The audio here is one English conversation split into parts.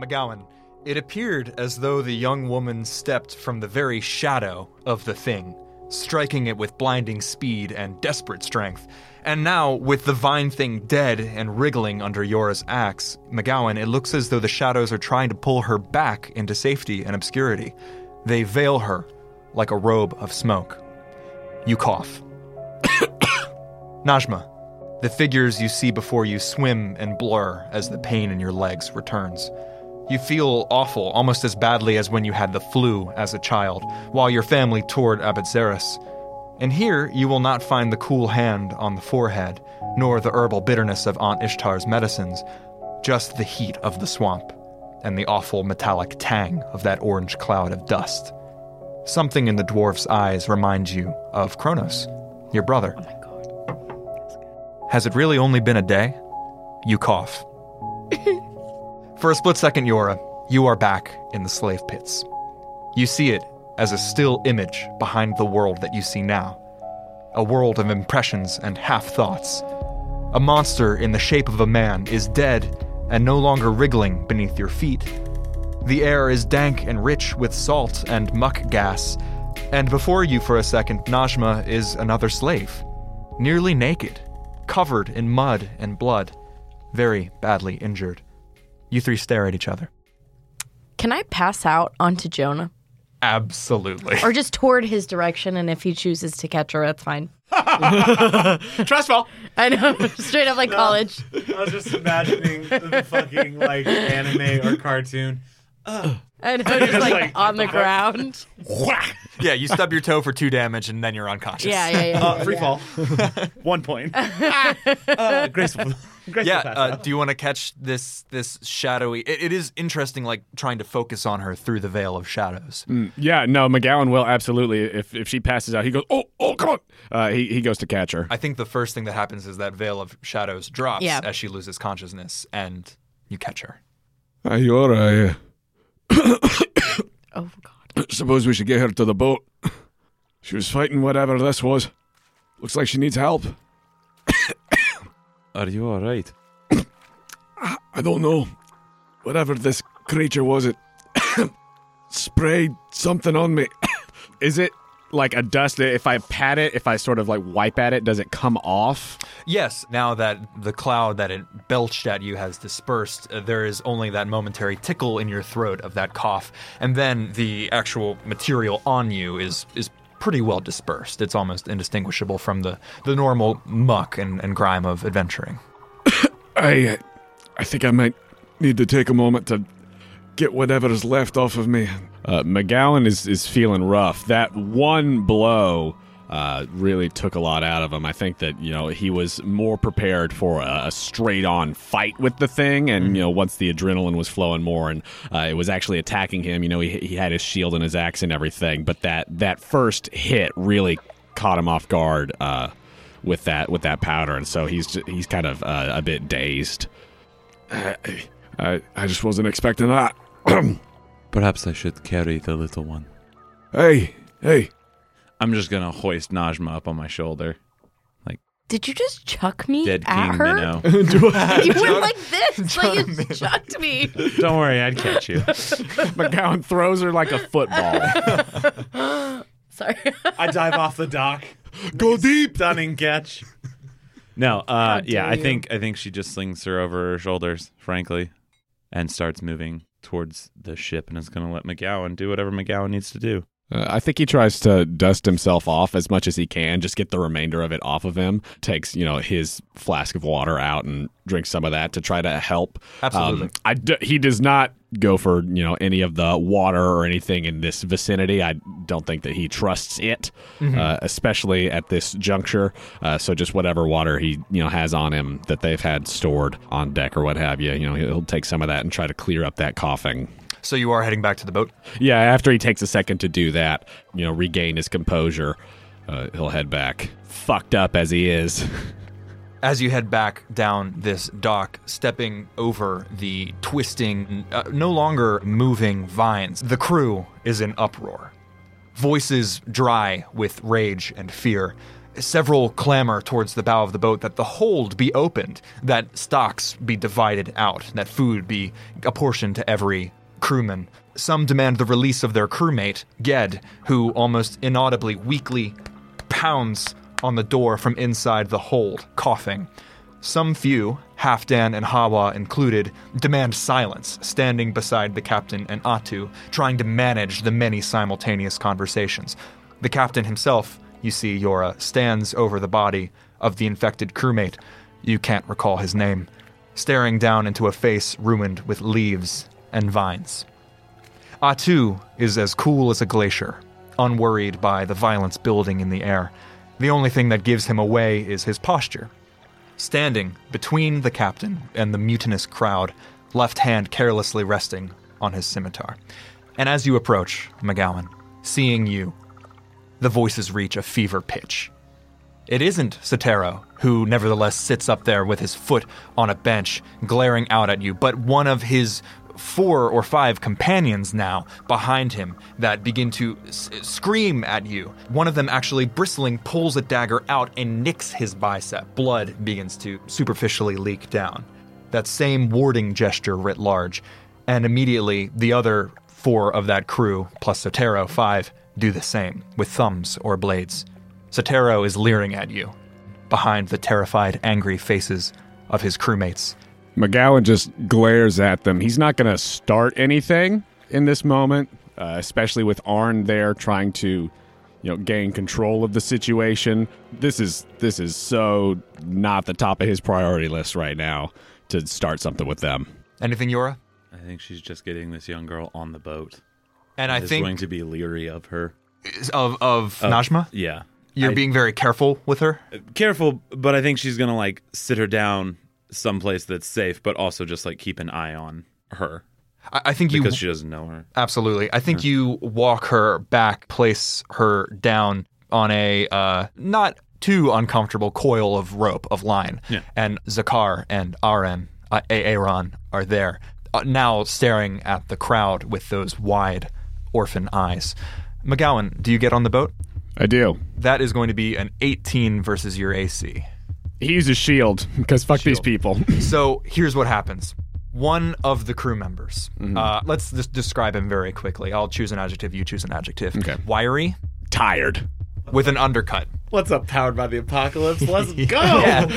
McGowan, it appeared as though the young woman stepped from the very shadow of the thing, striking it with blinding speed and desperate strength. And now, with the vine thing dead and wriggling under Yora's axe, McGowan, it looks as though the shadows are trying to pull her back into safety and obscurity. They veil her like a robe of smoke. You cough. Najma, the figures you see before you swim and blur as the pain in your legs returns. You feel awful, almost as badly as when you had the flu as a child, while your family toured Abetzeris. And here you will not find the cool hand on the forehead, nor the herbal bitterness of Aunt Ishtar's medicines, just the heat of the swamp, and the awful metallic tang of that orange cloud of dust. Something in the dwarf's eyes reminds you of Kronos, your brother. Oh my god. Has it really only been a day? You cough. For a split second, Yora, you are back in the slave pits. You see it as a still image behind the world that you see now a world of impressions and half thoughts. A monster in the shape of a man is dead and no longer wriggling beneath your feet. The air is dank and rich with salt and muck gas, and before you for a second, Najma is another slave, nearly naked, covered in mud and blood, very badly injured. You three stare at each other. Can I pass out onto Jonah? Absolutely. Or just toward his direction, and if he chooses to catch her, that's fine. Trust fall. I know, straight up like college. I was just imagining the fucking like anime or cartoon. I know, just like, like, on the ground. Whack. yeah, you stub your toe for two damage and then you're unconscious. Yeah, yeah, yeah. Uh, free fall. One point. Uh, graceful. graceful yeah pass uh, out. do you want to catch this this shadowy it, it is interesting like trying to focus on her through the veil of shadows Mm. Yeah, no, McGowan will absolutely. If if she passes out, he goes, oh, oh, come on. Uh, he he goes to catch her. i think the first thing that happens is that veil of shadows drops Yeah. as she loses consciousness and you catch her Are you all right? oh god. Suppose we should get her to the boat. She was fighting whatever this was. Looks like she needs help. Are you all right? I don't know. Whatever this creature was, it sprayed something on me. Is it like a dust? that If I pat it, if I sort of like wipe at it, does it come off? yes now that the cloud that it belched at you has dispersed uh, there is only that momentary tickle in your throat of that cough and then the actual material on you is is pretty well dispersed it's almost indistinguishable from the the normal muck and, and grime of adventuring I, uh, I think I might need to take a moment to get whatever is left off of me. Uh, McGowan is is feeling rough. That one blow. Uh, really took a lot out of him. I think that you know he was more prepared for a, a straight-on fight with the thing, and you know once the adrenaline was flowing more, and uh, it was actually attacking him. You know he, he had his shield and his axe and everything, but that that first hit really caught him off guard. Uh, with that with that powder, and so he's ju- he's kind of uh, a bit dazed. I I just wasn't expecting that. Perhaps I should carry the little one. Hey hey, I'm just gonna hoist Najma up on my shoulder. Did you just chuck me Dead at King her? Minnow. You went like this, like you chucked me. Don't worry, I'd catch you. McGowan throws her like a football. Sorry. I dive off the dock. Go deep. Stunning catch. No, uh, yeah, dare I you. think I think she just slings her over her shoulders, frankly, and starts moving towards the ship, and is going to let McGowan do whatever McGowan needs to do. Uh, I think he tries to dust himself off as much as he can, just get the remainder of it off of him. Takes you know his flask of water out and drinks some of that to try to help. Um, Absolutely. I d- he does not go for you know any of the water or anything in this vicinity. I don't think that he trusts it, uh, especially at this juncture. Uh, so just whatever water he you know has on him that they've had stored on deck or what have you, you know he'll take some of that and try to clear up that coughing. So you are heading back to the boat. Yeah, after he takes a second to do that, you know, regain his composure, uh, he'll head back. Fucked up as he is. As you head back down this dock, stepping over the twisting, uh, no longer moving vines, the crew is in uproar. Voices dry with rage and fear. several clamor towards the bow of the boat that the hold be opened, that stocks be divided out, that food be apportioned to every crewman. Some demand the release of their crewmate, Ged, who almost inaudibly, weakly pounds on the door from inside the hold, coughing. Some few, Halfdan and Hawa included, demand silence, standing beside the captain and Atu, trying to manage the many simultaneous conversations. The captain himself, you see, Yora, stands over the body of the infected crewmate. You can't recall his name, staring down into a face ruined with leaves and vines. Atu is as cool as a glacier, unworried by the violence building in the air. The only thing that gives him away is his posture. Standing between the captain and the mutinous crowd, left hand carelessly resting on his scimitar. And as you approach, McGowan, seeing you, the voices reach a fever pitch. It isn't Sotero, who nevertheless sits up there with his foot on a bench, glaring out at you, but one of his four or five companions now behind him that begin to s- scream at you. One of them actually bristling pulls a dagger out and nicks his bicep. Blood begins to superficially leak down. That same warding gesture writ large, and immediately the other four of that crew, plus Sotero, five, do the same with thumbs or blades. Sotero is leering at you behind the terrified, angry faces of his crewmates. McGowan just glares at them. He's not going to start anything in this moment, uh, especially with Arn there trying to, you know, gain control of the situation. This is this is so not the top of his priority list right now to start something with them. Anything, Yora? I think she's just getting this young girl on the boat. And I is think going to be leery of her. of of Najma, Yeah. you're I- being very careful with her. careful, but I think she's gonna like sit her down someplace that's safe, but also just like keep an eye on her I, I think you because she doesn't know her. absolutely. I think you walk her back, place her down on a uh, not too uncomfortable coil of rope of line. Yeah. And Zakar and Aaron, uh, Aaron are there uh, now, staring at the crowd with those wide orphan eyes. McGowan, do you get on the boat? I do. That is going to be an 18 versus your AC. He uses shield because fuck these people. So here's what happens. One of the crew members, uh, let's just describe him very quickly. I'll choose an adjective, you choose an adjective. Okay. Wiry Tired. with an undercut. What's up, powered by the apocalypse? Let's go.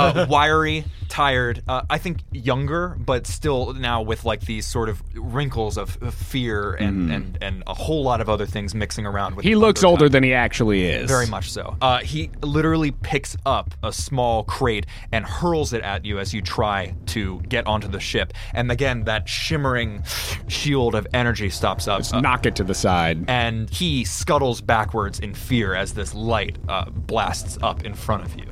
Uh, wiry, tired, uh, I think younger, but still now with like these sort of wrinkles of of fear and, and, and a whole lot of other things mixing around with Mm-hmm. He the looks undercut. older than he actually is. Very much so. Uh, he literally picks up a small crate and hurls it at you as you try to get onto the ship. And again, that shimmering shield of energy stops up. uh, Knock it to the side. and he scuttles backwards in fear as this light uh, blasts up in front of you.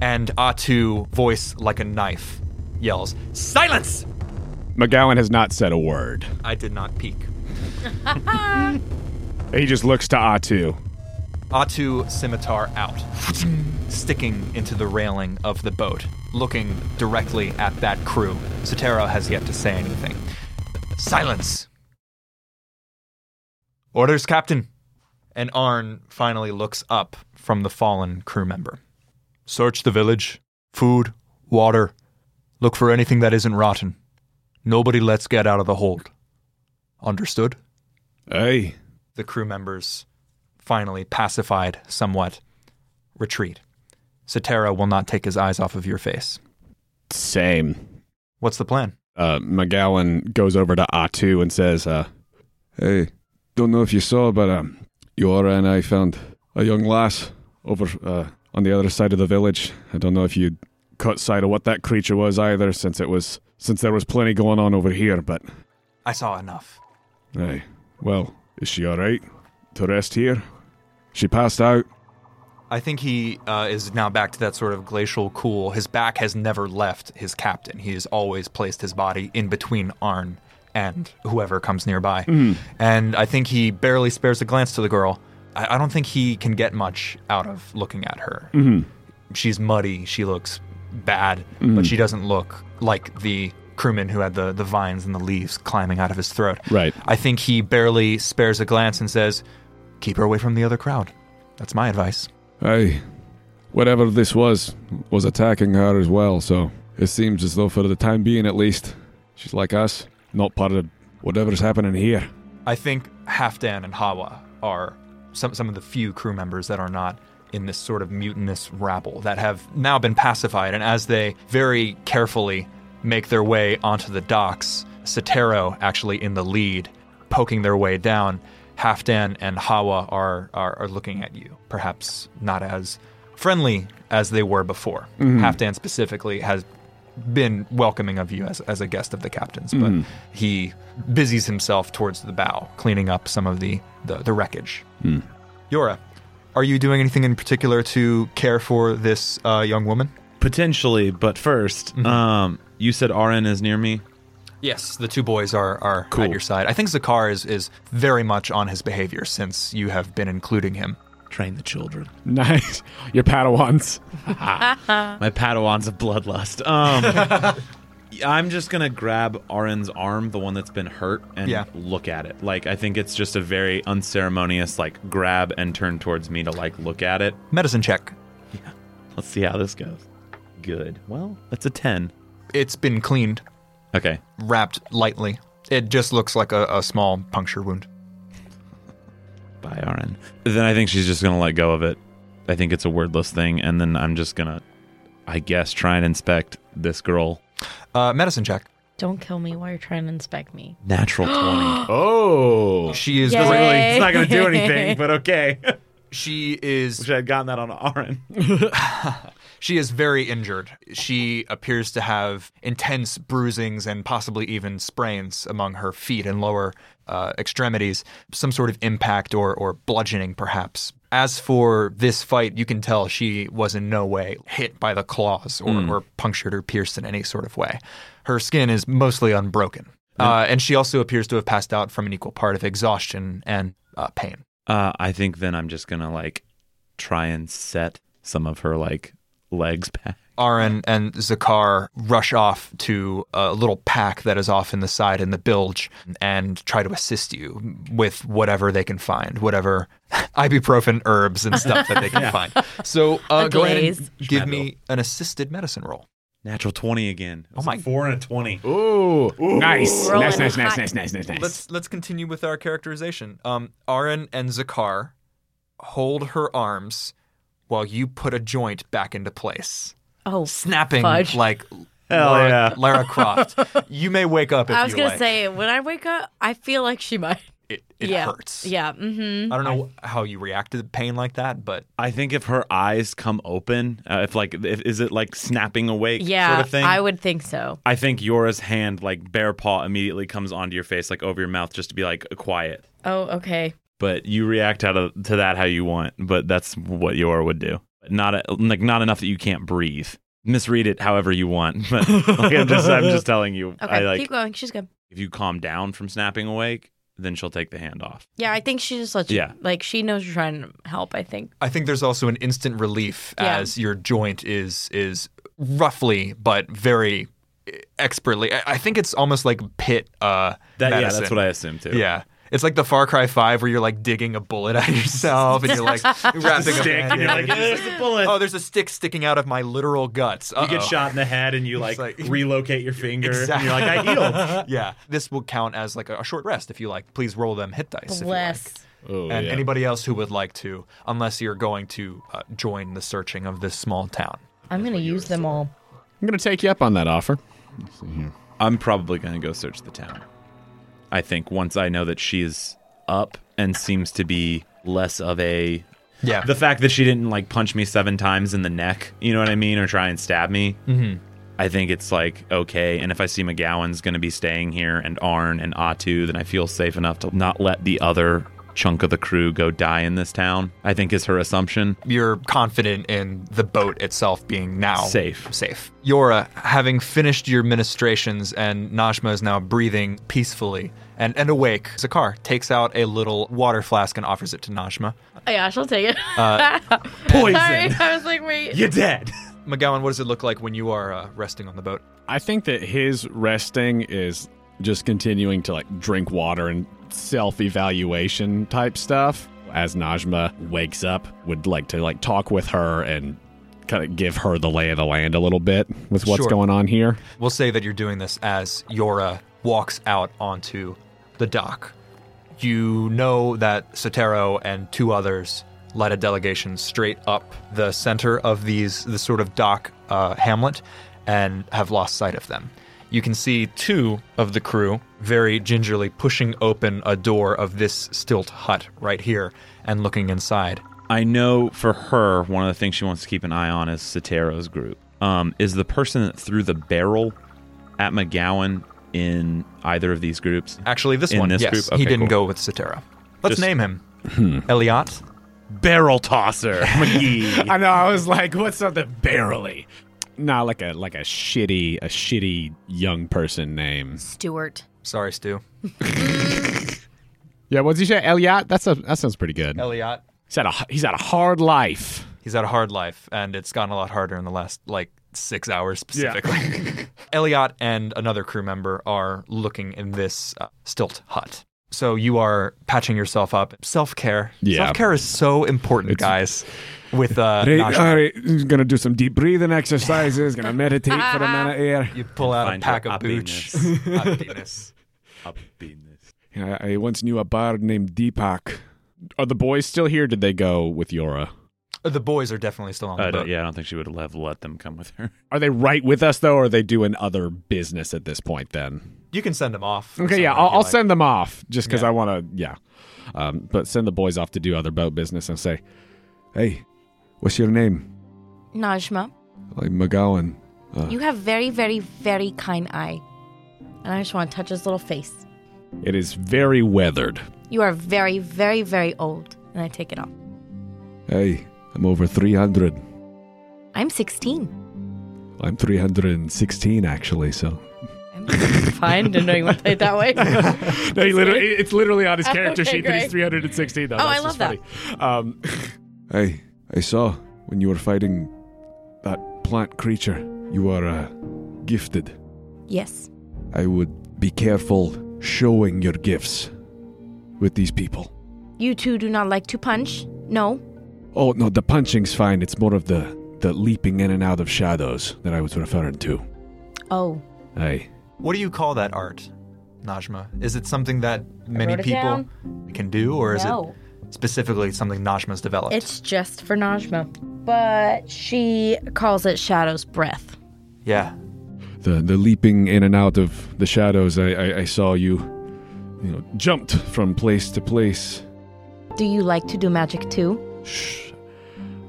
And Atu, voice like a knife, yells, Silence! McGowan has not said a word. I did not peek. He just looks to Atu. Atu scimitar out, sticking into the railing of the boat, looking directly at that crew. Sotero has yet to say anything. Silence! Orders, Captain! And Arn finally looks up from the fallen crew member. Search the village. Food, water. Look for anything that isn't rotten. Nobody lets get out of the hold. Understood? Hey. the crew members, finally pacified somewhat, retreat. Sotero will not take his eyes off of your face. Same. What's the plan? uh, McGowan goes over to Atu and says, uh, "Hey, don't know if you saw, but um, Yora and I found a young lass over uh, on the other side of the village. I don't know if you caught sight of what that creature was either, since it was since there was plenty going on over here. But I saw enough. hey, well, is she all right to rest here? She passed out. I think he uh, is now back to that sort of glacial cool. His back has never left his captain. He has always placed his body in between Arn and whoever comes nearby. And I think he barely spares a glance to the girl. I, I don't think he can get much out of looking at her. She's muddy. She looks bad, but she doesn't look like the crewman who had the, the vines and the leaves climbing out of his throat. Right. I think he barely spares a glance and says, Keep her away from the other crowd. That's my advice. Hey, whatever this was was attacking her as well. So it seems as though, for the time being at least, she's like us, not part of whatever's happening here. I think Halfdan and Hawa are some, some of the few crew members that are not in this sort of mutinous rabble that have now been pacified. And as they very carefully make their way onto the docks, Sotero actually in the lead, poking their way down. Halfdan and Hawa are, are, are looking at you, perhaps not as friendly as they were before. Halfdan specifically has been welcoming of you as, as a guest of the captain's, but he busies himself towards the bow, cleaning up some of the, the, the wreckage. Yora, are you doing anything in particular to care for this uh, young woman? Potentially, but 1st um, you said RN is near me. Yes, the two boys are, are Cool. at your side. I think Zakar is, is very much on his behavior since you have been including him. Train the children. Nice, your Padawans. My Padawan's of bloodlust. Um, I'm just gonna grab Arin's arm, the one that's been hurt, and Yeah. look at it. Like I think it's just a very unceremonious like grab and turn towards me to like look at it. Medicine check. Let's see how this goes. Good. Well, that's a ten. It's been cleaned, Okay. wrapped lightly. It just looks like a, a small puncture wound. Bye, Arin. Then I think she's just gonna let go of it. I think it's a wordless thing, and then I'm just gonna, I guess, try and inspect this girl. Uh, medicine check. Don't kill me while you're trying to inspect me. Natural twenty. Oh. She is Yay. really, It's not going to do anything, but okay. she is Wish I had gotten that on Arin. She is very injured. She appears to have intense bruisings and possibly even sprains among her feet and lower uh, extremities, some sort of impact or, or bludgeoning, perhaps. As for this fight, you can tell she was in no way hit by the claws or, or punctured or pierced in any sort of way. Her skin is mostly unbroken. Uh, and she also appears to have passed out from an equal part of exhaustion and uh, pain. Uh, I think then I'm just gonna like try and set some of her like legs back. Arin and Zakar rush off to a little pack that is off in the side in the bilge and try to assist you with whatever they can find, whatever ibuprofen herbs and stuff that they can find. So uh, A go ahead glaze. and give me an assisted medicine roll. Natural twenty again. Oh my! Four and a twenty. Ooh, nice, Rolling nice, nice, nice, hot. nice, nice, nice, nice. Let's let's continue with our characterization. Um, Arin and Zakar hold her arms while you put a joint back into place, Oh, snapping Fudge. like. Lara, yeah. Lara Croft. You may wake up if I was you gonna like. say when I wake up, I feel like she might. it, it yeah. hurts. Yeah. Mm-hmm. I don't know how you react to the pain like that, but I think if her eyes come open, uh, if like if, is it like snapping awake Yeah. sort of thing? I would think so. I think Yora's hand, like bare paw, immediately comes onto your face, like over your mouth, just to be like quiet. Oh, okay. But you react out of, to that how you want. But that's what Yora would do. Not a, like not enough that you can't breathe. Misread it however you want. But like, I'm just I'm just telling you. Okay. I like Keep going. She's good. if you calm down from snapping awake, then she'll take the hand off. Yeah, I think she just lets you. Yeah. Like she knows you're trying to help. I think. I think there's also an instant relief Yeah. as your joint is is roughly but very expertly. I, I think it's almost like pit. Uh, That yeah, medicine. that's what I assume too. Yeah. It's like the Far Cry Five where you're like digging a bullet out of yourself and you're like wrapping a Stick, and you're like, Band-Aid. "Eh, there's a bullet. oh, there's a stick sticking out of my literal guts. you get Uh-oh. shot in the head, and you like, like- relocate your finger. Exactly. And you're like, I healed. yeah, this will count as like a, a short rest if you like. Please roll them hit dice. if you like. Bless. Ooh, and yeah. anybody else who would like to, unless you're going to uh, join the searching of this small town. I'm gonna use them all. I'm gonna take you up on that offer. Let's see here. I'm probably going to go search the town. I think once I know that she is up and seems to be less of a Yeah, the fact that she didn't like punch me seven times in the neck, you know what I mean, or try and stab me. Mm-hmm. I think it's like okay, and if I see McGowan's going to be staying here and Arn and Atu, then I feel safe enough to not let the other chunk of the crew go die in this town. I think is her assumption. you're confident in the boat itself being now Safe. Safe. Yora, having finished your ministrations and Najma is now breathing peacefully and, and awake, Zakar takes out a little water flask and offers it to Najma. Oh, yeah, she'll take it. Uh, Poison. Sorry, I was like, wait. You're dead. McGowan, what does it look like when you are uh, resting on the boat? I think that his resting is just continuing to like drink water and self evaluation type stuff. As Najma wakes up, would like to like talk with her and kind of give her the lay of the land a little bit with what's Sure. going on here. We'll say that you're doing this as Yora walks out onto the dock. You know that Sotero and two others led a delegation straight up the center of these this sort of dock uh, hamlet and have lost sight of them. You can see two of the crew very gingerly pushing open a door of this stilt hut right here and looking inside. I know for her, one of the things she wants to keep an eye on is Sotero's group. Um, is the person that threw the barrel at McGowan in either of these groups? Actually, this In one, this yes, group? he Okay, didn't go cool. with Sotero. Let's Just- Hmm. name him Eliot. Barrel tosser, McGee. I know. I was like, what's something barely? Nah, like a like a shitty a shitty young person name. Stuart. Sorry, Stu. Yeah, what's he say? Eliot. That's a that sounds pretty good. Eliot. He's had a he's had a hard life. He's had a hard life, and it's gotten a lot harder in the last like six hours specifically. Elliot and another crew member are looking in this uh, stilt hut. So you are patching yourself up. Self care. Yeah. Self care is so important, guys. With uh, Najwa. he's gonna do some deep breathing exercises. Gonna meditate for a minute here. you pull out a Find pack your of booch. Happiness. I, I once knew a bard named Deepak. Are the boys still here? Did they go with Yora? the boys are definitely still on the I boat. don't, yeah, I don't think she would have let them come with her. Are they right with us though, or are they doing other business at this point? Then You can send them off. okay, yeah, somewhere I'll, if you I'll like. send them off just because I want to, yeah. Um, but send the boys off to do other boat business and say, "Hey, what's your name?" Najma, Like McGowan. you have very, very, very kind eye. And I just want to touch his little face. It is very weathered. You are very, very, very old. And I take it off. Hey, I'm over three hundred. I'm 16. I'm three hundred and sixteen actually. So I'm fine to know you want to play it that way. no, he literally, it's literally on his character Okay, sheet that he's great. 316. Though. Oh, That's I just love funny. Um, hey, I saw when you were fighting that plant creature, you are uh, gifted. yes. I would be careful showing your gifts with these people. You two do not like to punch. No. Oh, no, the punching's fine. It's more of the, the leaping in and out of shadows that I was referring to. Oh. Hey, What do you call that art, Najma? Is it something that many wrote it people can do, or is No. it specifically something Najma's developed? It's just for Najma. But she calls it Shadow's Breath. yeah. the, the leaping in and out of the shadows, I, I, I saw you, you know, jumped from place to place. Do you like to do magic too? Shh.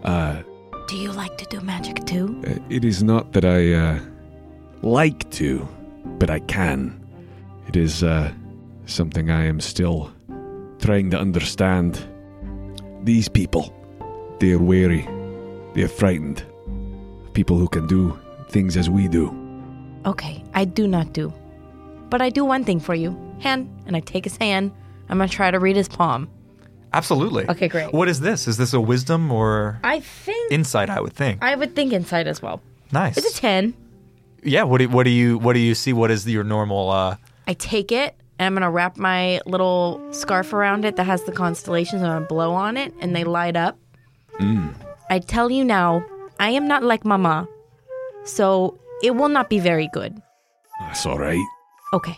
Uh, Do you like to do magic too? it is not that I uh, like to, but I can. It is uh, something I am still trying to understand. These people, they are wary, they are frightened. People who can do things as we do. Okay, I do not do. But I do one thing for you. Hand, and I take his hand. I'm gonna try to read his palm. Absolutely. Okay, great. What is this? Is this a wisdom or I think insight? I would think. I would think inside as well. nice. It's a ten. yeah. What do What do you What do you see? What is your normal? Uh, I take it and I'm gonna wrap my little scarf around it that has the constellations and I'm gonna blow on it and they light up. I tell you now, I am not like Mama, so it will not be very good. That's all right. Okay.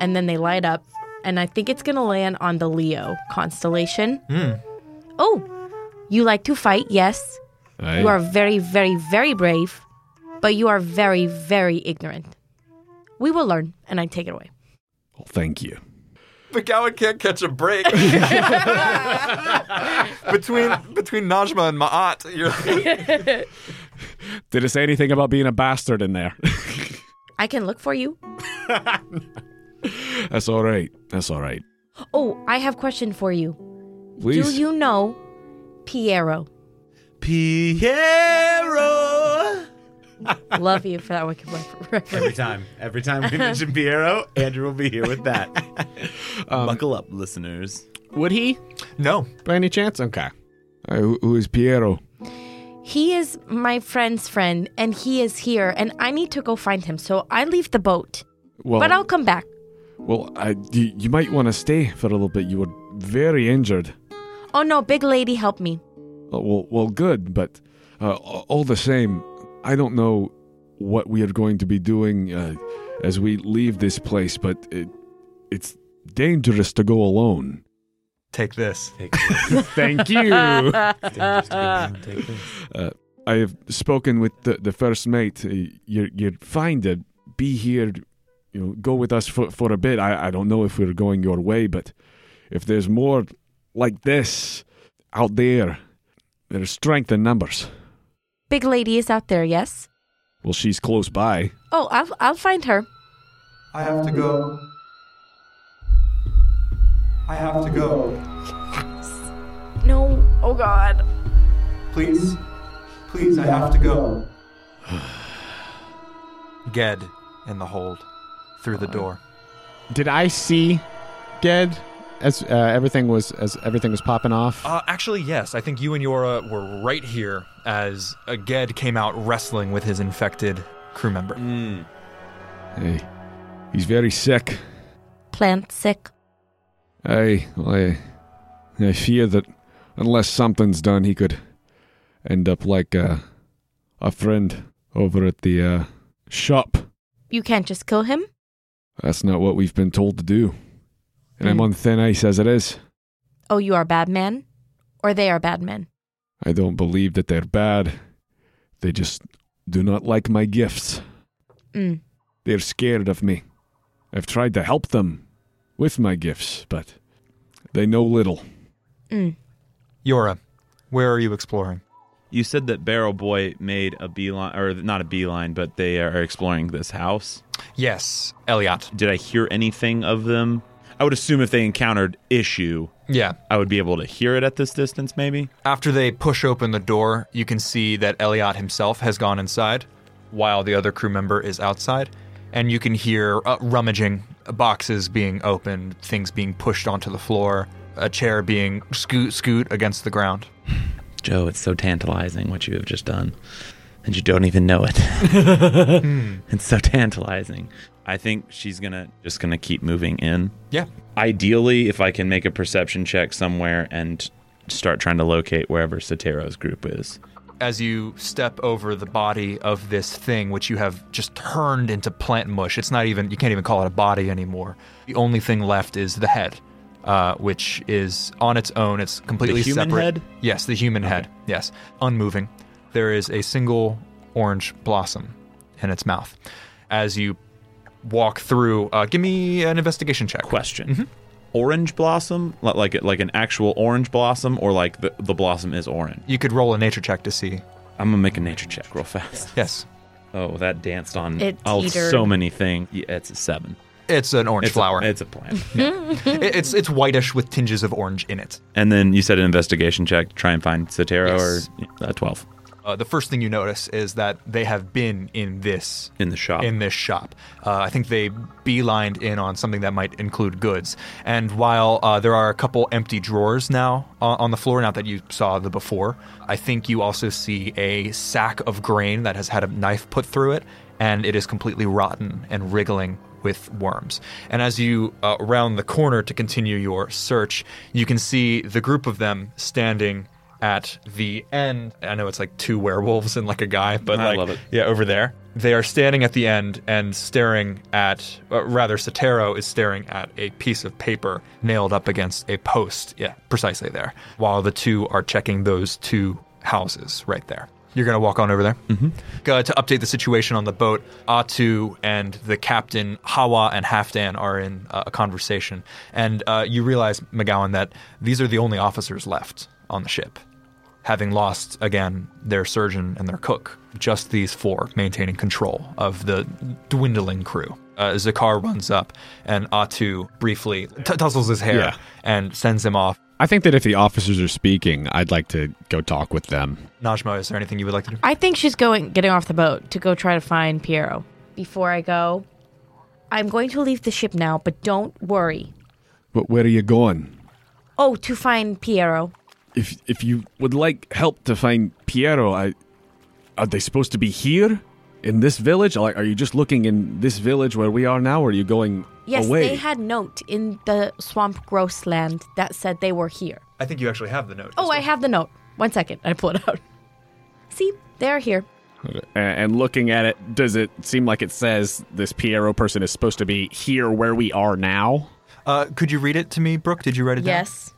And then they light up, and I think it's going to land on the Leo constellation. Oh, you like to fight, yes. You are very, very, very brave, but you are very, very ignorant. We will learn, and I take it away. Well, thank you. McGowan can't catch a break. between Between Najma and Maat, you're. Did it say anything about being a bastard in there? I can look for you. That's all right. That's all right. Oh, I have question for you. Please. Do you know Piero? Piero. Love you for that wicked reference. Every time, every time we mention Piero, Andrew will be here with that. Buckle up, listeners. Would he? no. By any chance? Okay. Uh, who is Piero? He is my friend's friend, and he is here, and I need to go find him. So I leave the boat, Well, but I'll come back. well, I, you, you might want to stay for a little bit. You were very injured. Oh no, big lady, help me. Oh, Well, well, Uh, good, but Uh, all the same, I don't know what we are going to be doing uh, as we leave this place, but it, it's dangerous to go alone. Take this. Take this. Thank you. Dangerous to go around. Take this. I have spoken with the, the first mate. Uh, You're, you're fine to be here. You know, go with us for, for a bit. I, I don't know if we're going your way, but if there's more like this out there, there's strength in numbers. Big lady is out there, yes? Well, she's close by. Oh, I'll, I'll find her. I have to go. I have to go. No. Oh, God. Please. Please, I have to go. Ged in the hold through the door. Did I see Ged as uh, everything was as everything was popping off? Uh, actually, yes. I think you and Yora were right here as uh, Ged came out wrestling with his infected crew member. hmm. Hey, he's very sick. Plant sick. I, I, I fear that unless something's done, he could end up like uh, a friend over at the uh, shop. You can't just kill him? That's not what we've been told to do. Hmm. And I'm on thin ice as it is. Oh, you are bad men? Or they are bad men? I don't believe that they're bad. They just do not like my gifts. Mm. They're scared of me. I've tried to help them with my gifts, but they know little. Mm. Yora, where are you exploring? You said that Barrel Boy made a beeline, or not a beeline, but they are exploring this house. Yes, Elliot. Did I hear anything of them? I would assume if they encountered issue, Yeah. I would be able to hear it at this distance, maybe. After they push open the door, you can see that Elliot himself has gone inside while the other crew member is outside. And you can hear uh, rummaging, boxes being opened, things being pushed onto the floor, a chair being scoot scoot against the ground. Joe, it's so tantalizing what you have just done, and you don't even know it. it's so tantalizing. I think she's gonna just gonna keep moving in. Yeah. Ideally, if I can make a perception check somewhere and start trying to locate wherever Sotero's group is. as you step over the body of this thing, which you have just turned into plant mush, it's not even, you can't even call it a body anymore. The only thing left is the head, uh, which is on its own. It's completely The human separate. head? Yes, the human head. Yes. Unmoving. There is a single orange blossom in its mouth. As you walk through, uh, give me an investigation check. Question: Mm-hmm. Orange blossom, Li- like like an actual orange blossom, or like the, the blossom is orange. You could roll a nature check to see. I'm gonna make a nature check real fast. Yes. Oh, that danced on It oh, teetered. so many things. Yeah, it's a seven. It's an orange It's flower. A, it's a plant. It- it's it's whitish with tinges of orange in it. And then you said an investigation check to try and find Sotero Yes. or uh, 12 uh, the first thing you notice is that they have been in this in the shop. in this shop. Uh, I think they beelined in on something that might include goods. And while uh, there are a couple empty drawers now uh, on the floor, not that you saw the before, I think you also see a sack of grain that has had a knife put through it, and it is completely rotten and wriggling with worms. And as you uh, round the corner to continue your search, you can see the group of them standing at the end. I know it's like two werewolves and like a guy, but I like love it. yeah, over there. They are standing at the end and staring at, uh, rather, Sotero is staring at a piece of paper nailed up against a post. Yeah, precisely there. While the two are checking those two houses right there. You're going to walk on over there. Mm-hmm. to update the situation on the boat, Atu and the captain, Hawa and Haftan, are in uh, a conversation. And uh, you realize, McGowan, that these are the only officers left on the ship having lost again their surgeon and their cook. Just these four maintaining control of the dwindling crew. Uh, Zakar runs up, and Atu briefly t- tussles his hair Yeah. and sends him off. I think that if the officers are speaking, I'd like to go talk with them. Najma, is there anything you would like to do? I think she's going getting off the boat to go try to find Piero. Before I go, I'm going to leave the ship now, but don't worry. But where are you going? Oh, to find Piero. If if you would like help to find Piero, I are they supposed to be here in this village? Like, are you just looking in this village where we are now, or are you going Yes, away? they had note in the swamp gross land that said they were here. I think you actually have the note. Oh, I have the note. One second, I pull it out. See, they're here. A- And looking at it, does it seem like it says this Piero person is supposed to be here where we are now? Uh, could you read it to me, Brooke? Did you write it down? Yes.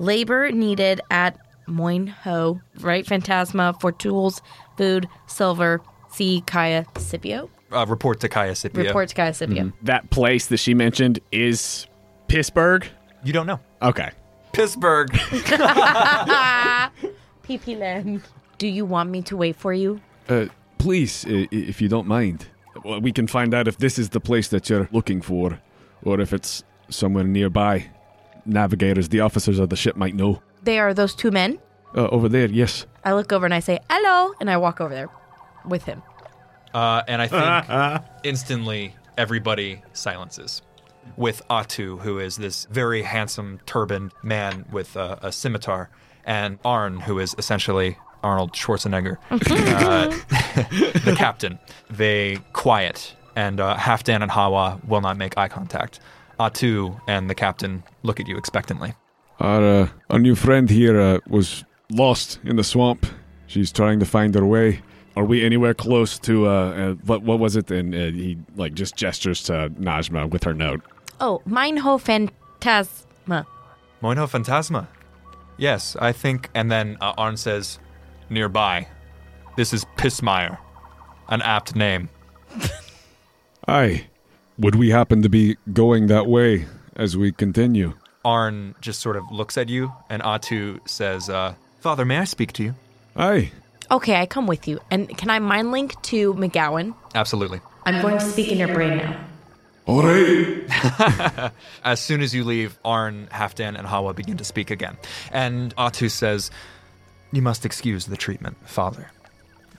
Labor needed at Moin Ho, right? Phantasma for tools, food, silver. See Kaya Scipio. Uh, report to Caius Scipio. Report to Kaya Scipio. That place that she mentioned is Pittsburgh. You don't know. Okay. Pittsburgh. PP Land. Do you want me to wait for you? Uh, please, i- i- if you don't mind, Well, we can find out if this is the place that you're looking for, or if it's somewhere nearby. Navigators, the officers of the ship might know. They are those two men. Uh, over there, yes. I look over and I say, hello. And I walk over there with him. Uh, and I think instantly everybody silences. With Atu, who is this very handsome turbaned man with a, a scimitar, and Arn, who is essentially Arnold Schwarzenegger, uh, the captain. They quiet, and uh, Halfdan and Hawa will not make eye contact. Atu and the captain look at you expectantly. Our, uh, our new friend here uh, was lost in the swamp. She's trying to find her way. Are we anywhere close to uh, uh what? What was it? And uh, he like just gestures to Najma with her note. Oh, Mein Ho Phantasma. Moino Phantasma. Yes, I think. And then uh, Arn says, nearby. This is Pissmeyer. An apt name. Aye. Would we happen to be going that way as we continue? Arn just sort of looks at you, and Atu says, uh, Father, may I speak to you? Aye. Okay, I come with you. And can I mind link to McGowan? Absolutely. I'm going to speak in your brain now. All right. As soon as you leave, Arn, Halfdan, and Hawa begin to speak again. And Atu says, You must excuse the treatment, Father.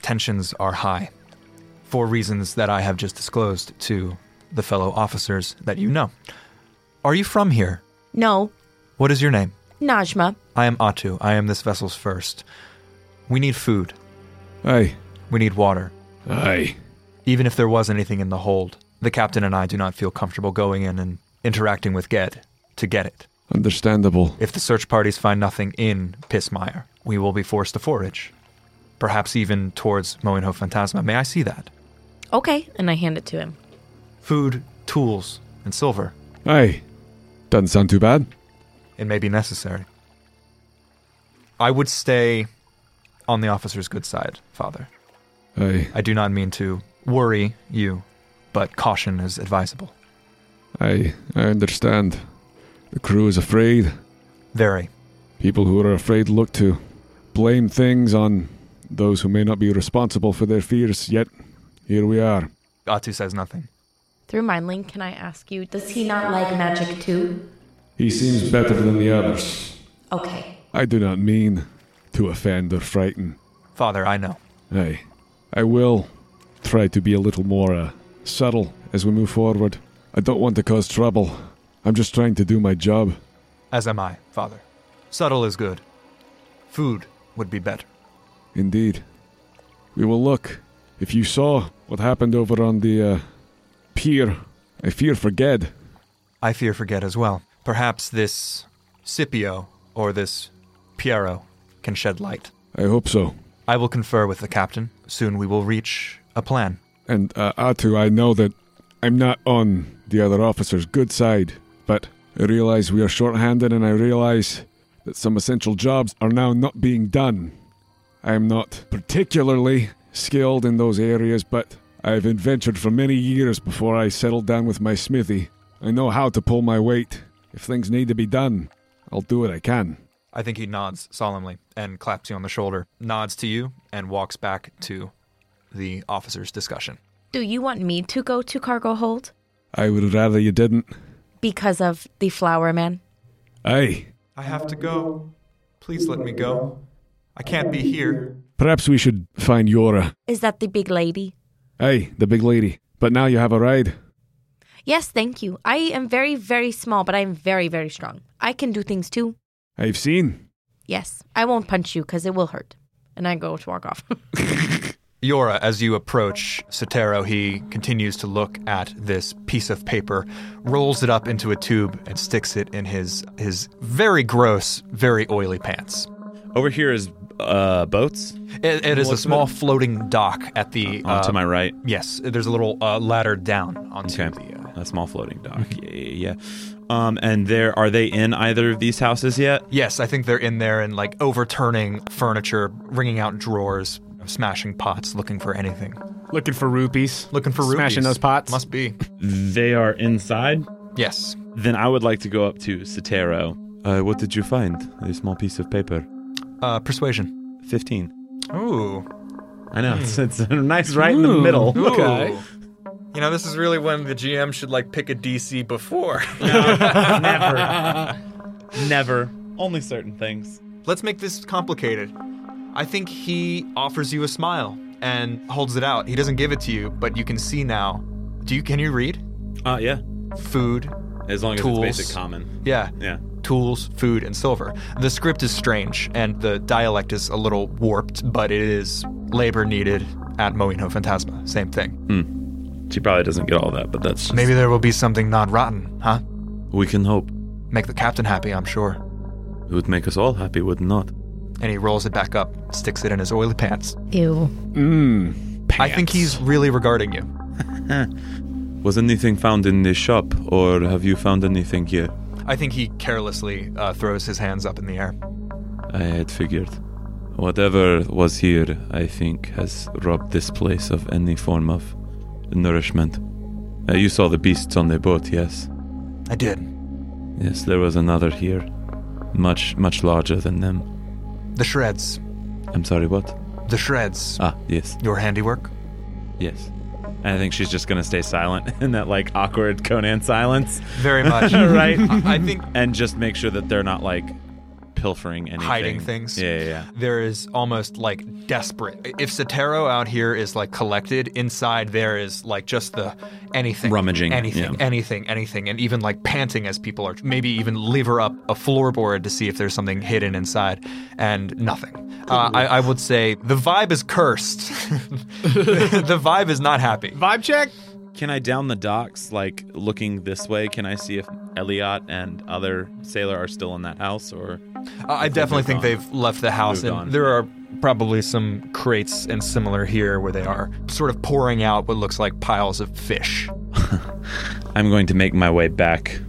Tensions are high. For reasons that I have just disclosed to the fellow officers that you know. Are you from here? No, What is your name? Najma. I am Atu. I am this vessel's first. We need food. Aye. We need water. Aye. Even if there was anything in the hold, the captain and I do not feel comfortable going in and interacting with Ged to get it. Understandable. If the search parties find nothing in Pissmire, we will be forced to forage. Perhaps even towards Moenho Phantasma. May I see that? Okay, and I hand it to him. Food, tools, and silver. Aye. Doesn't sound too bad. It may be necessary. I would stay on the officer's good side, Father. Aye. I do not mean to worry you, but caution is advisable. Aye. I understand. The crew is afraid. Very. People who are afraid look to blame things on those who may not be responsible for their fears, yet here we are. Atu says nothing. Through mind link, can I ask you, does he not like magic too? He seems better than the others. Okay. I do not mean to offend or frighten. Father, I know. Aye. I will try to be a little more uh, subtle as we move forward. I don't want to cause trouble. I'm just trying to do my job. As am I, Father. Subtle is good. Food would be better. Indeed. We will look. If you saw what happened over on the uh, pier, I fear for Ged. I fear forget as well. Perhaps this Scipio or this Piero can shed light. I hope so. I will confer with the captain. Soon we will reach a plan. And uh, Atu, I know that I'm not on the other officer's good side, but I realize we are shorthanded and I realize that some essential jobs are now not being done. I am not particularly skilled in those areas, but I've adventured for many years before I settled down with my smithy. I know how to pull my weight. If things need to be done, I'll do what I can. I think he nods solemnly and claps you on the shoulder, nods to you, and walks back to the officer's discussion. Do you want me to go to cargo hold I would rather you didn't. because of the flower man? Aye. I have to go. Please let me go. I can't be here. Perhaps we should find Yora. Is that the big lady? Aye, the big lady. But now you have a ride. Yes, thank you. I am very, very small, but I am very, very strong. I can do things too. I've seen. Yes. I won't punch you because it will hurt. And I go to walk off. Yora, as you approach Sotero, he continues to look at this piece of paper, rolls it up into a tube, and sticks it in his his very gross, very oily pants. Over here is uh, boats It, it is a small floating dock at the. on to uh, my right. Yes, there's a little uh, ladder down onto Okay, the. Uh, a small floating dock. Yeah, yeah, yeah. Um, and there are they in either of these houses yet? yes, I think they're in there and like overturning furniture, wringing out drawers, smashing pots, looking for anything, Looking for rupees. looking for Smashing rubies. those pots. Must be. They are inside. Yes. Then I would like to go up to Sotero. Uh, what did you find? A small piece of paper. Uh, persuasion. Fifteen. Hmm. Ooh. I know. It's, it's nice right in the Hmm. middle. Okay. You know, this is really when the GM should like pick a DC before. never. Only certain things. Let's make this complicated. I think he offers you a smile and holds it out. He doesn't give it to you, but you can see now. Do you can you read? Uh, yeah. Food. As long as Tools. it's basic common. Yeah. Yeah. Tools, food, and silver. The script is strange and the dialect is a little warped, but it is labor needed at Moino Fantasma. Same thing. She probably doesn't get all that, but that's just, Maybe there will be something not rotten, huh? we can hope. Make the captain happy, I'm sure. It would make us all happy, would it not? And he rolls it back up, sticks it in his oily pants. Ew. Mmm. I think he's really regarding you. Was anything found in this shop, or have you found anything here? I think he carelessly uh, throws his hands up in the air. I had figured. Whatever was here, I think, has robbed this place of any form of nourishment. Uh, you saw the beasts on the boat, yes? I did. Yes, there was another here. Much, much larger than them. The shreds. I'm sorry, what? The shreds. Ah, yes, Your handiwork? yes. I think she's just gonna stay silent in that like awkward Conan silence, Very much. right? I think and just make sure that they're not like pilfering anything, Hiding things. Yeah, yeah, yeah. there is almost like desperate. If Sotero out here is like collected, inside there is like just the anything. Rummaging, Anything, yeah. anything, anything. And even like panting as people are maybe even lever up a floorboard to see if there's something hidden inside and nothing. Uh, I, I would say the vibe is cursed. the vibe is not happy. Vibe check. Can I down the docks, like looking this way? Can I see if Elliot and other sailor are still in that house? Or Uh, I definitely moved think on. they've left the house, Moved and on. there are probably some crates and similar here where they are sort of pouring out what looks like piles of fish. I'm going to make my way back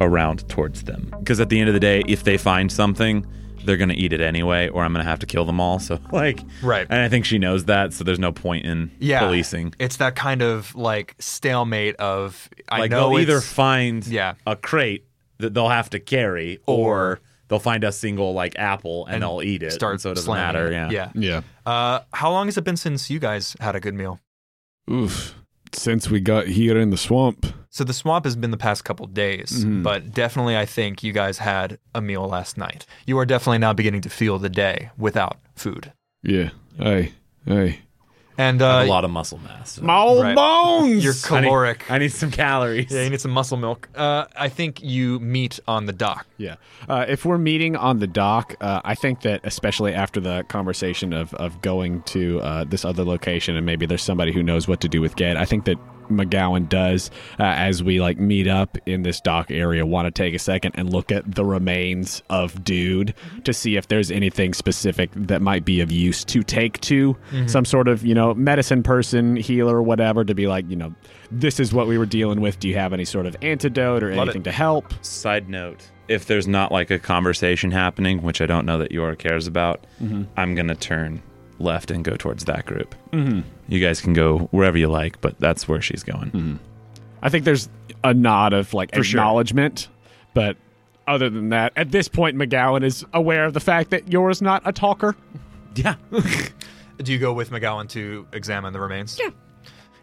around towards them because at the end of the day, if they find something, they're gonna eat it anyway, or I'm gonna have to kill them all. So like, Right. And I think she knows that, so there's no point in Yeah, policing. It's that kind of like stalemate of I Like know they'll either it's- find Yeah. a crate that they'll have to carry, or, they'll find a single like apple and, they'll eat it. start and so it doesn't slamming matter. it. Yeah. Yeah. Uh, how long has it been since you guys had a good meal? Oof. Since we got here in the swamp, So the swamp has been the past couple days, Mm-hmm. but definitely I think you guys had a meal last night. You are definitely now beginning to feel the day without food. yeah. Hey, hey. And uh, I have a lot of muscle mass. so- My old Right. bones. you're I need- caloric. I need, some calories. Yeah, you need some muscle milk. Uh, I think you meet on the dock. Yeah. Uh, if we're meeting on the dock, uh, I think that especially after the conversation of, of going to uh, this other location and maybe there's somebody who knows what to do with Ged, I think that McGowan does uh, as we like meet up in this dock area want to take a second and look at the remains of dude to see if there's anything specific that might be of use to take to some sort of you know medicine person healer whatever to be like you know this is what we were dealing with do you have any sort of antidote or anything to help Side note if there's not like a conversation happening, which I don't know that Yor cares about, I'm going to turn left and go towards that group. Mm-hmm. You guys can go wherever you like, but that's where she's going. I think there's a nod of like sure. acknowledgement, but other than that, at this point, McGowan is aware of the fact that you're is not a talker. Yeah. Do you go with McGowan to examine the remains? Yeah.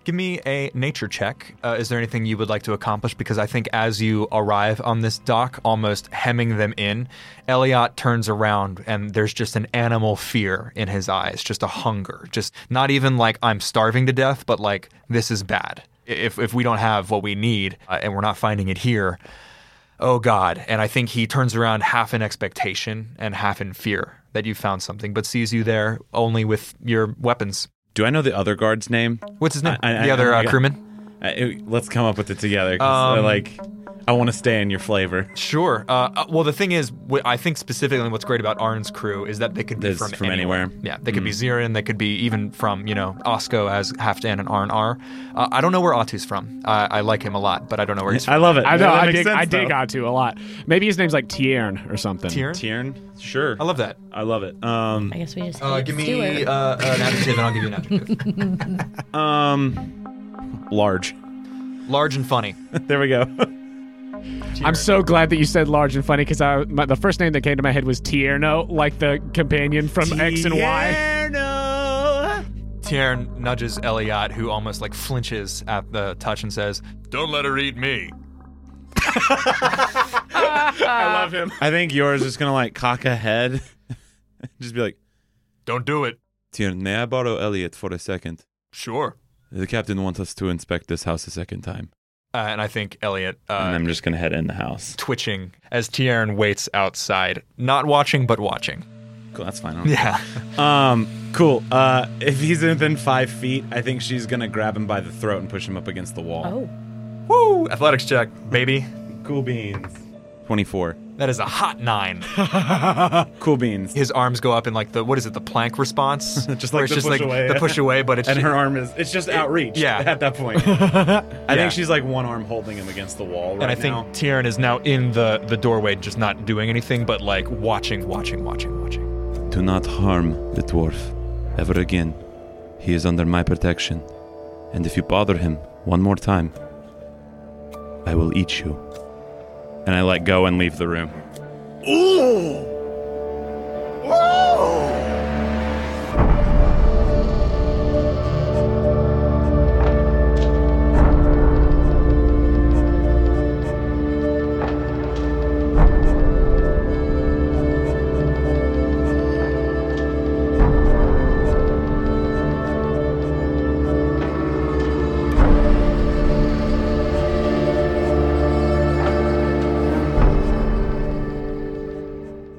Give me a nature check. Uh, is there anything you would like to accomplish? Because I think as you arrive on this dock, almost hemming them in, Elliot turns around and there's just an animal fear in his eyes, just a hunger. Just not even like I'm starving to death, but like this is bad. If, if we don't have what we need uh, and we're not finding it here, oh God. And I think he turns around half in expectation and half in fear that you found something, but sees you there only with your weapons. Do I know the other guard's name? What's his name? I- I- the I- other I uh, got- crewman? Uh, it- let's come up with it together. 'cause, uh, Um, like, I want to stay in your flavor. Sure. Uh, uh, well, the thing is, wh- I think specifically what's great about Arn's crew is that they could be This from, from anywhere. Hmm. Yeah, they could be Zirin, they could be even from, you know, Osco as Halfdan and Arn are. Uh, I don't know where Atu's from. I I like him a lot, but I don't know where he's I from. love it. I know. Yeah, that I makes dig. sense, I dig though. Atu a lot. Maybe his name's like Tiern or something. Tiern? Tiern? Sure. I love that. I love it. Um, I guess we just. Uh, hate give Stuart. me uh, an adjective and I'll give you an adjective. um, large. Large and funny. There we go. I'm so glad that you said large and funny because I my, the first name that came to my head was Tierno, like the companion from X and Y. Tiern nudges Elliot, who almost like flinches at the touch and says, Don't let her eat me. I think yours is gonna like cock a head, just be like, Don't do it. Tiern, may I borrow Elliot for a second? Sure. The captain wants us to inspect this house a second time. Uh, and I think Elliot and uh, I'm just gonna head in the house. twitching as Tiern waits outside, not watching but watching. Cool, that's fine. Yeah. Um, cool. Uh, if he's within five feet, I think she's gonna grab him by the throat and push him up against the wall. Oh, Woo! Athletics check, baby. Cool beans. Twenty-four. That is a hot nine. Cool beans. His arms go up in like the what is it? The plank response. Just Where like it's the just push like away. the push away, but it's And her arm is it's just outreach yeah. at that point. I Yeah. think she's like one arm holding him against the wall right and I think now. Tyrion is now in the the doorway, just not doing anything, but like watching, watching, watching, watching. Do not harm the dwarf ever again. He is under my protection. And if you bother him one more time, I will eat you. And I let go and leave the room.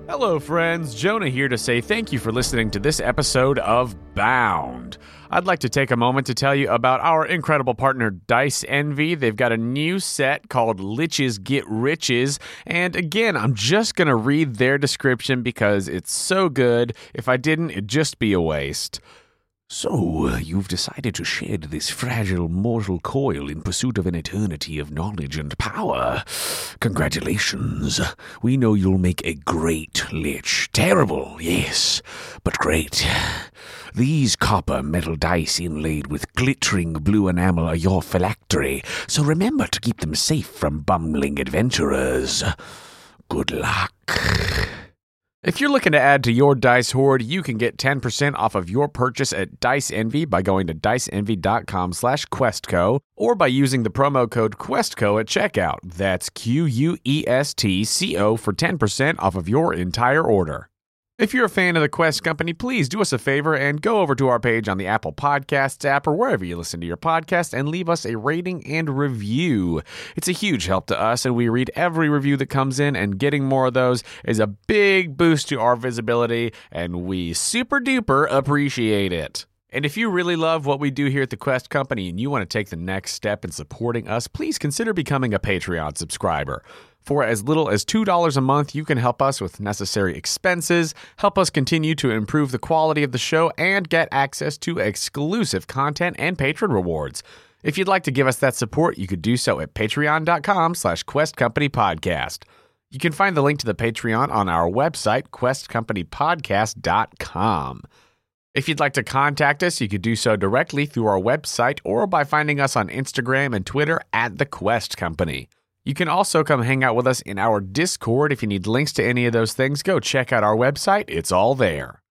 Hello, friends. Jonah here to say thank you for listening to this episode of Bound. I'd like to take a moment to tell you about our incredible partner, Dice Envy. They've got a new set called Liches Get Riches. And again, I'm just going to read their description because it's so good. If I didn't, it'd just be a waste. So, uh, you've decided to shed this fragile mortal coil in pursuit of an eternity of knowledge and power. Congratulations. We know you'll make a great lich. Terrible, yes, but great. These copper metal dice inlaid with glittering blue enamel are your phylactery, so remember to keep them safe from bumbling adventurers. Good luck. If you're looking to add to your dice hoard, you can get 10% off of your purchase at Dice Envy by going to diceenvy.com slash questco or by using the promo code questco at checkout. That's E Q-U-E-S-T-C-O for 10% off of your entire order. If you're a fan of the Quest Company, please do us a favor and go over to our page on the Apple Podcasts app or wherever you listen to your podcast and leave us a rating and review. It's a huge help to us, and we read every review that comes in, and getting more of those is a big boost to our visibility, and we super duper appreciate it. And if you really love what we do here at the Quest Company and you want to take the next step in supporting us, please consider becoming a Patreon subscriber. For as little as $2 a month, you can help us with necessary expenses, help us continue to improve the quality of the show, and get access to exclusive content and patron rewards. If you'd like to give us that support, you could do so at patreon.com slash quest company podcast. You can find the link to the Patreon on our website, questcompanypodcast.com. If you'd like to contact us, you could do so directly through our website or by finding us on Instagram and Twitter at The Quest Company. You can also come hang out with us in our Discord. If you need links to any of those things, go check out our website. It's all there.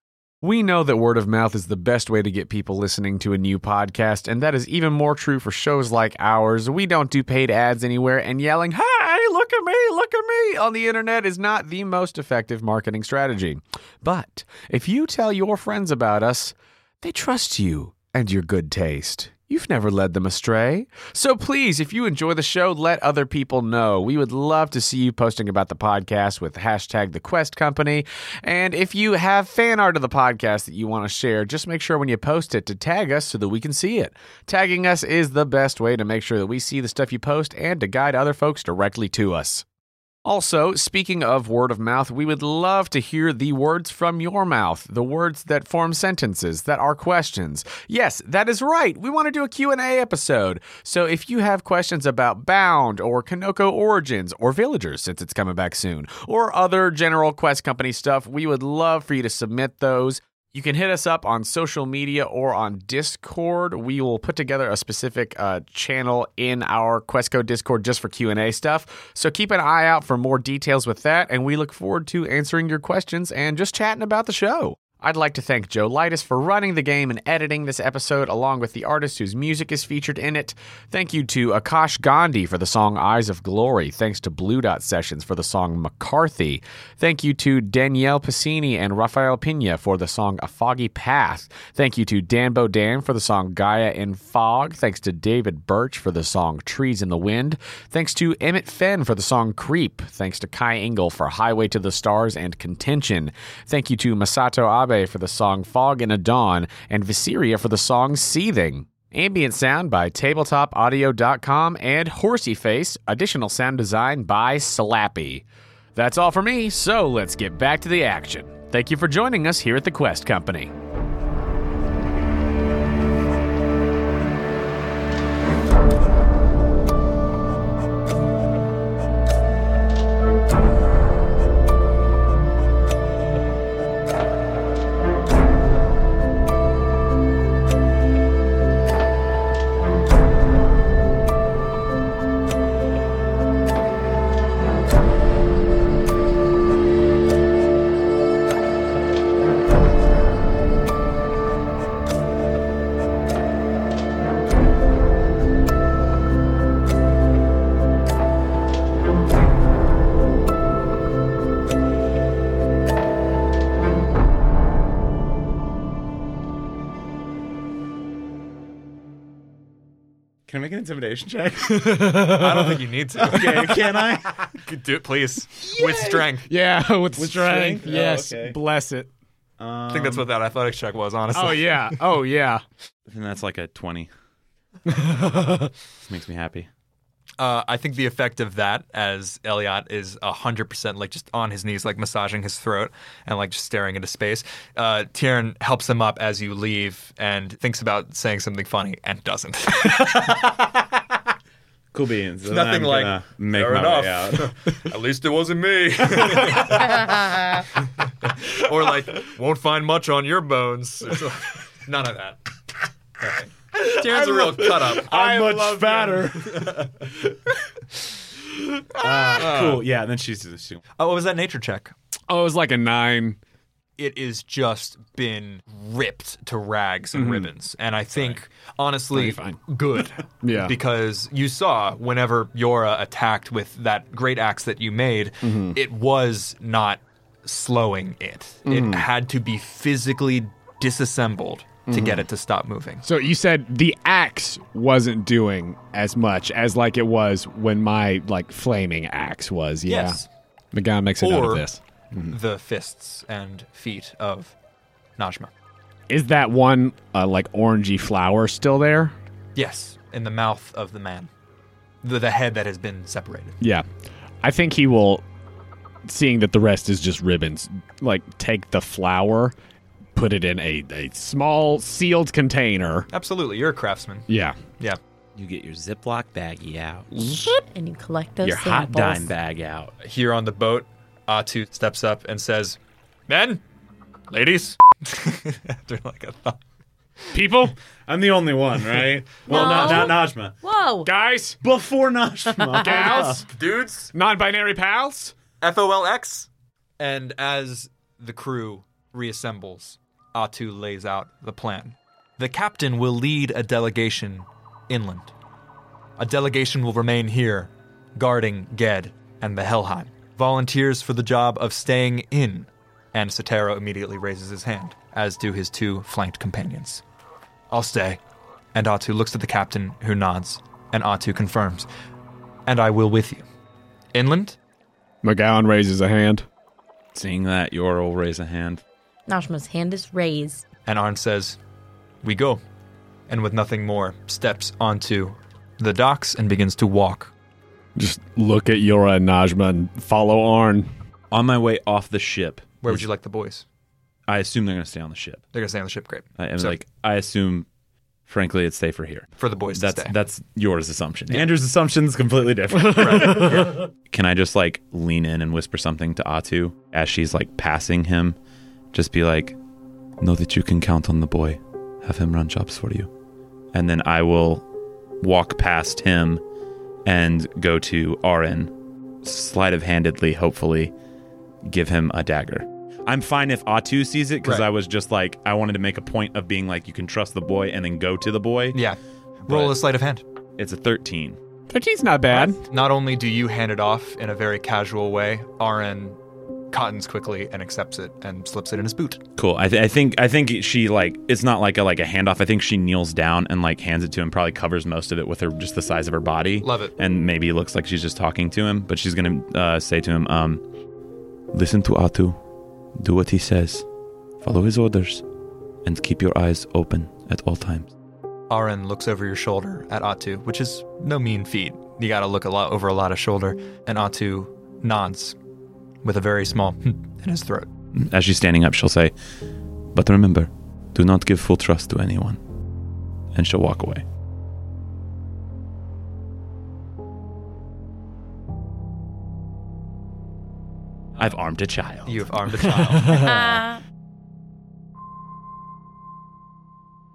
We know that word of mouth is the best way to get people listening to a new podcast, and that is even more true for shows like ours. We don't do paid ads anywhere, and yelling, hey, look at me, look at me on the internet is not the most effective marketing strategy. But if you tell your friends about us, they trust you and your good taste. You've never led them astray. So please, if you enjoy the show, let other people know. We would love to see you posting about the podcast with hashtag the Quest Company. And if you have fan art of the podcast that you want to share, just make sure when you post it to tag us so that we can see it. Tagging us is the best way to make sure that we see the stuff you post and to guide other folks directly to us. Also, speaking of word of mouth, we would love to hear the words from your mouth, the words that form sentences, that are questions. Yes, that is right. We want to do a Q&A episode. So if you have questions about Bound or Kanoko Origins or Villagers since it's coming back soon, or other general quest company stuff, we would love for you to submit those. You can hit us up on social media or on Discord. We will put together a specific uh, channel in our Questco Discord just for Q and A stuff. So keep an eye out for more details with that, and we look forward to answering your questions and just chatting about the show. I'd like to thank Joe Lightus for running the game and editing this episode, along with the artist whose music is featured in it. Thank you to Akash Gandhi for the song Eyes of Glory. Thanks to Blue Dot Sessions for the song McCarthy. Thank you to Danielle Passini and Rafael Pina for the song A Foggy Path. Thank you to Dan Bodan for the song Gaia in Fog. Thanks to David Birch for the song Trees in the Wind. Thanks to Emmett Fenn for the song Creep. Thanks to Kai Engel for Highway to the Stars and Contention. Thank you to Masato Abe for the song Fog in a Dawn and Viseria for the song Seething. Ambient sound by tabletopaudio.com and Horsey Face, additional sound design by Slappy. That's all for me, so let's get back to the action. Thank you for joining us here at the Quest Company. Can I make an intimidation check? I don't think you need to. Okay, can I? Do it, please. With strength. Yeah, with, strength, strength. strength? Oh, Yes, yes. okay. bless it. I think Um, that's what that athletics check was, honestly. Oh yeah. Oh yeah. And that's like a 20. this makes me happy. Uh, I think the effect of that, as Elliot is hundred percent like just on his knees, like massaging his throat and like just staring into space. Uh, Tyrion helps him up as you leave and thinks about saying something funny and doesn't. Cool beans. Then Nothing I'm like, gonna make "Fair my way enough." out. At least it wasn't me. or like, won't find much on your bones. None of that. Okay. Tyrion's a real cut up. I'm much fatter. uh, cool. Yeah, and then she's she, Oh, what was that nature check? Oh, it was like a nine. it is just been ripped to rags and ribbons. And I think, honestly, good. Yeah. Because you saw whenever Yora attacked with that great axe that you made, it was not slowing it. It had to be physically disassembled to get it to stop moving. So you said the axe wasn't doing as much as like it was when my like flaming axe was. Yeah. Yes. McGowan makes a note Or- of this. The fists and feet of Najma. Is that one uh, like orangey flower still there? Yes, in the mouth of the man. The, the head that has been separated. Yeah. I think he will, seeing that the rest is just ribbons, like take the flower, put it in a, a small sealed container. Absolutely, you're a craftsman. Yeah. Yeah. You get your Ziploc baggie out, And you collect those your hot samples. dime bag out. here on the boat, Atu steps up and says, Men, ladies, after like a thought. People, I'm the only one, right? Well, No. not not Najma. Whoa! guys, Before Najma, gals, Dudes, non binary pals. FOLX. And as the crew reassembles, Atu lays out the plan. The captain will lead a delegation inland. A delegation will remain here, guarding Ged and the Helheim. Volunteers for the job of staying in, and Sotero immediately raises his hand, as do his two flanked companions. I'll stay. And Atu looks at the captain, who nods, and Atu confirms, And I will with you. Inland? McGowan raises a hand. Seeing that, Yor will raise a hand. Nashma's hand is raised. And Arn says, We go. And with nothing more, steps onto the docks and begins to walk. Just look at Yora and Najma and follow Arn. On my way off the ship, Where would you like the boys? I assume they're going to stay on the ship. They're going to stay on the ship, great. I am So, like, I assume, frankly, it's safer here. For the boys That's to stay. that's yours assumption. Andrew's assumption is completely different. Can I just like lean in and whisper something to Atu as she's like passing him? Just be like, know that you can count on the boy. Have him run jobs for you. And then I will walk past him and go to Arin, sleight of handedly, hopefully, give him a dagger. I'm fine if Atu sees it because Right. I was just like, I wanted to make a point of being like, you can trust the boy and then go to the boy. yeah. Roll But- a sleight of hand. It's a 13. 13's not bad. Not only do you hand it off in a very casual way, Arn cottons quickly and accepts it and slips it in his boot. Cool. I, th- I think I think she like it's not like a like a handoff. I think she kneels down and like hands it to him. Probably covers most of it with her just the size of her body. Love it. And maybe looks like she's just talking to him, but she's gonna uh, say to him, um, "Listen to Atu, do what he says, follow his orders, and keep your eyes open at all times." Arin looks over your shoulder at Atu, which is no mean feat. You gotta look a lot over a lot of shoulder, and Atu nods with a very small in his throat. As she's standing up, she'll say, "But remember, do not give full trust to anyone," and she'll walk away. I've armed a child. You have armed a child. Ah.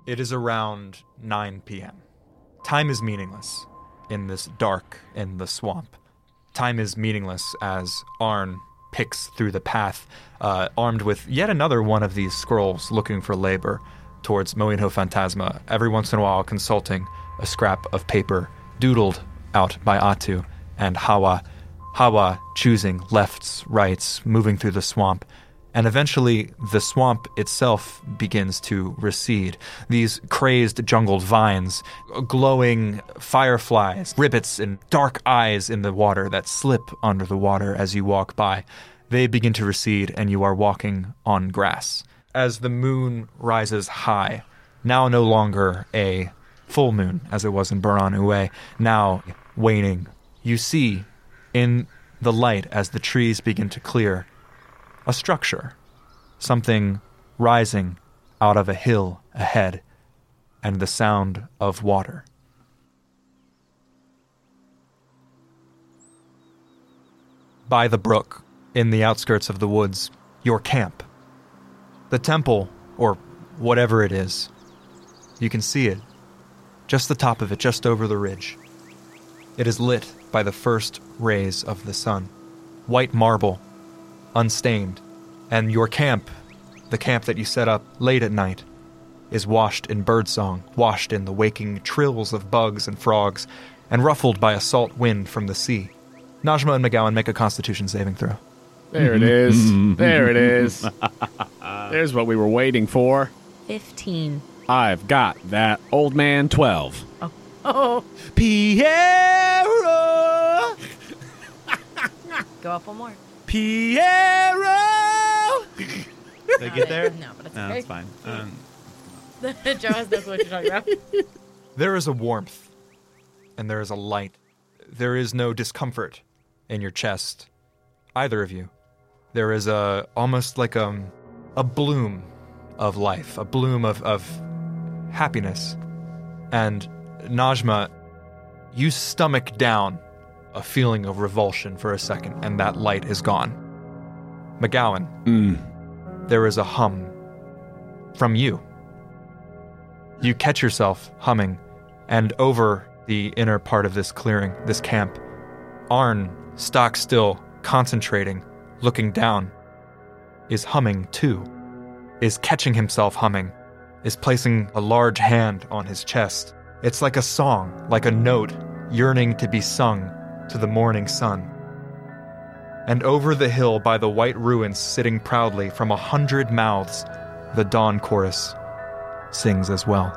it is around 9 p.m. Time is meaningless in this dark in the swamp. Time is meaningless as Arn picks through the path, uh, armed with yet another one of these scrolls looking for labor towards Moinho Phantasma, every once in a while consulting a scrap of paper doodled out by Atu and Hawa. Hawa choosing lefts, rights, moving through the swamp. And eventually, the swamp itself begins to recede. These crazed jungled vines, glowing fireflies, ribbets, and dark eyes in the water that slip under the water as you walk by, they begin to recede, and you are walking on grass. As the moon rises high, now no longer a full moon as it was in Buran Ue, now waning, you see in the light as the trees begin to clear a structure, something rising out of a hill ahead, and the sound of water. By the brook, in the outskirts of the woods, your camp. The temple, or whatever it is. You can see it. Just the top of it, just over the ridge. It is lit by the first rays of the sun. White marble, unstained. And your camp, the camp that you set up late at night, is washed in birdsong, washed in the waking trills of bugs and frogs, and ruffled by a salt wind from the sea. Najma and McGowan make a constitution saving throw. There it is. There it is. There's what we were waiting for. 15. I've got that old man 12. Oh, Piero! go up one more. Piero! They get there? No, but it's No, okay. it's fine. Um, Joe has no clue what you're talking about. There is a warmth, and there is a light. There is no discomfort in your chest, either of you. There is a almost like a, a bloom of life, a bloom of, of happiness. And Najma, you stomach down a feeling of revulsion for a second, and that light is gone. McGowan, there is a hum from you. You catch yourself humming, and over the inner part of this clearing, this camp, Arn, stock still, concentrating, looking down, is humming too, is catching himself humming, is placing a large hand on his chest. It's like a song, like a note yearning to be sung to the morning sun. And over the hill by the white ruins, sitting proudly from a hundred mouths, the dawn chorus sings as well.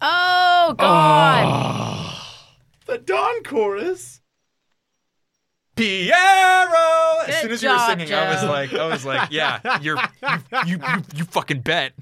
Oh God! The dawn chorus. Piero. As Good soon as you were job, singing, I was Joe. like, I was like, yeah, you're you you, you, you fucking bet.